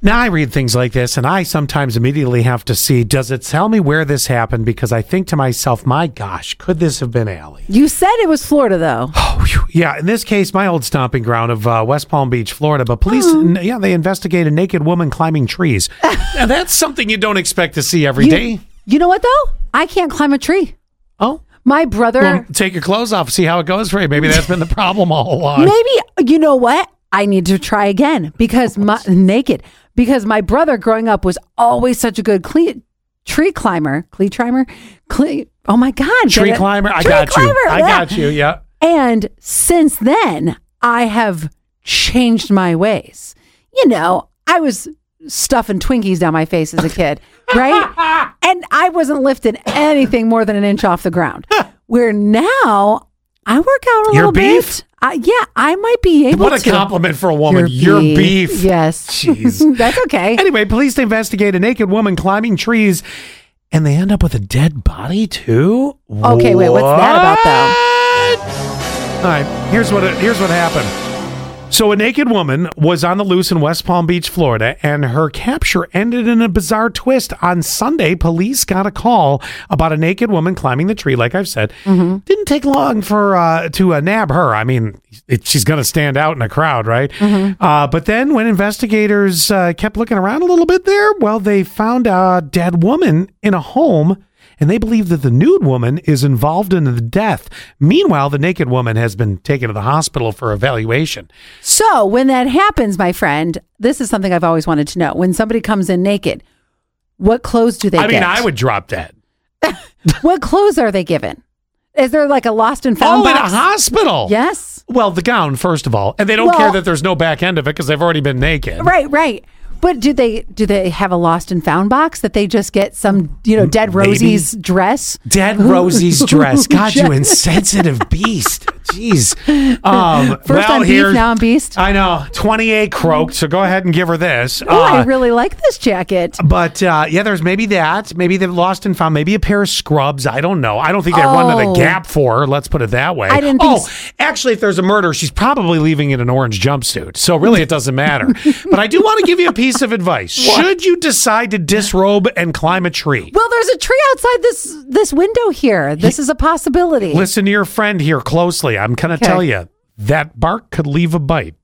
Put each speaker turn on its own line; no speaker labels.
Now I read things like this, and I sometimes immediately have to see does it tell me where this happened? Because I think to myself, my gosh, could this have been Allie?
You said it was Florida, though.
Oh, phew. yeah. In this case, my old stomping ground of uh, West Palm Beach, Florida. But police, n- yeah, they investigate a naked woman climbing trees. now, that's something you don't expect to see every
You-
day.
You know what though? I can't climb a tree.
Oh,
My brother.
well, take your clothes off, see how it goes for you. Maybe that's been the problem all along.
Maybe you know what? I need to try again because my naked because my brother growing up was always such a good cle- tree climber, tree climber, cle- Oh my god,
Tree
get it?
climber, I
Tree
got you.
climber,
I
yeah.
got you. Yeah.
And since then, I have changed my ways. You know, I was stuffing Twinkies down my face as a kid, right? and I wasn't lifting anything more than an inch off the ground. Where now I work out a
Your
little
beef?
bit. I, yeah, I might be able
What a
to.
compliment for a woman. Your, beef.
Yes.
Jeez.
That's okay.
Anyway, police investigate a naked woman climbing trees and they end up with a dead body too.
Okay, wait, what's that about,
though? All right, here's what it, here's what happened. So a naked woman was on the loose in West Palm Beach, Florida, and her capture ended in a bizarre twist. On Sunday, police got a call about a naked woman climbing the tree. Like I've said, didn't take long for uh, to uh, nab her. I mean, it, she's going to stand out in a crowd, right? Uh, but then, when investigators uh, kept looking around a little bit there, well, they found a dead woman in a home. And they believe that the nude woman is involved in the death. Meanwhile, the naked woman has been taken to the hospital for evaluation.
So when that happens, my friend, this is something I've always wanted to know. When somebody comes in naked, what clothes do they
I mean,
get?
I would drop that.
What clothes are they given? Is there like a lost and found
oh, in a
box?
hospital.
Yes.
Well, the gown, first of all. And they don't
Well-
care that there's no back end of it because they've already been naked.
Right, right. But do they do they have a lost and found box that they just get some you know dead
Maybe.
Rosie's dress?
Dead Rosie's dress. God, you
Just-
insensitive beast. Jeez. Um,
First
well,
I'm beef,
here-
now I'm beast.
I know. 28 croaked. So go ahead and give her this.
oh, I
Uh,
really like this jacket.
But uh, yeah, there's maybe that. Maybe they've lost and found. Maybe a pair of scrubs. I don't know. I don't think they run to the
Oh.
gap for her. Let's put it that way.
I didn't think
Oh, actually, if there's a murder, she's probably leaving in an orange jumpsuit. So really, it doesn't matter. but I do want to give you a piece of advice. Should you decide to disrobe and climb a tree?
Well, there's a tree outside this this window here. This is a possibility.
Listen to your friend here closely. I'm going to
Okay.
tell you that bark could leave a bite.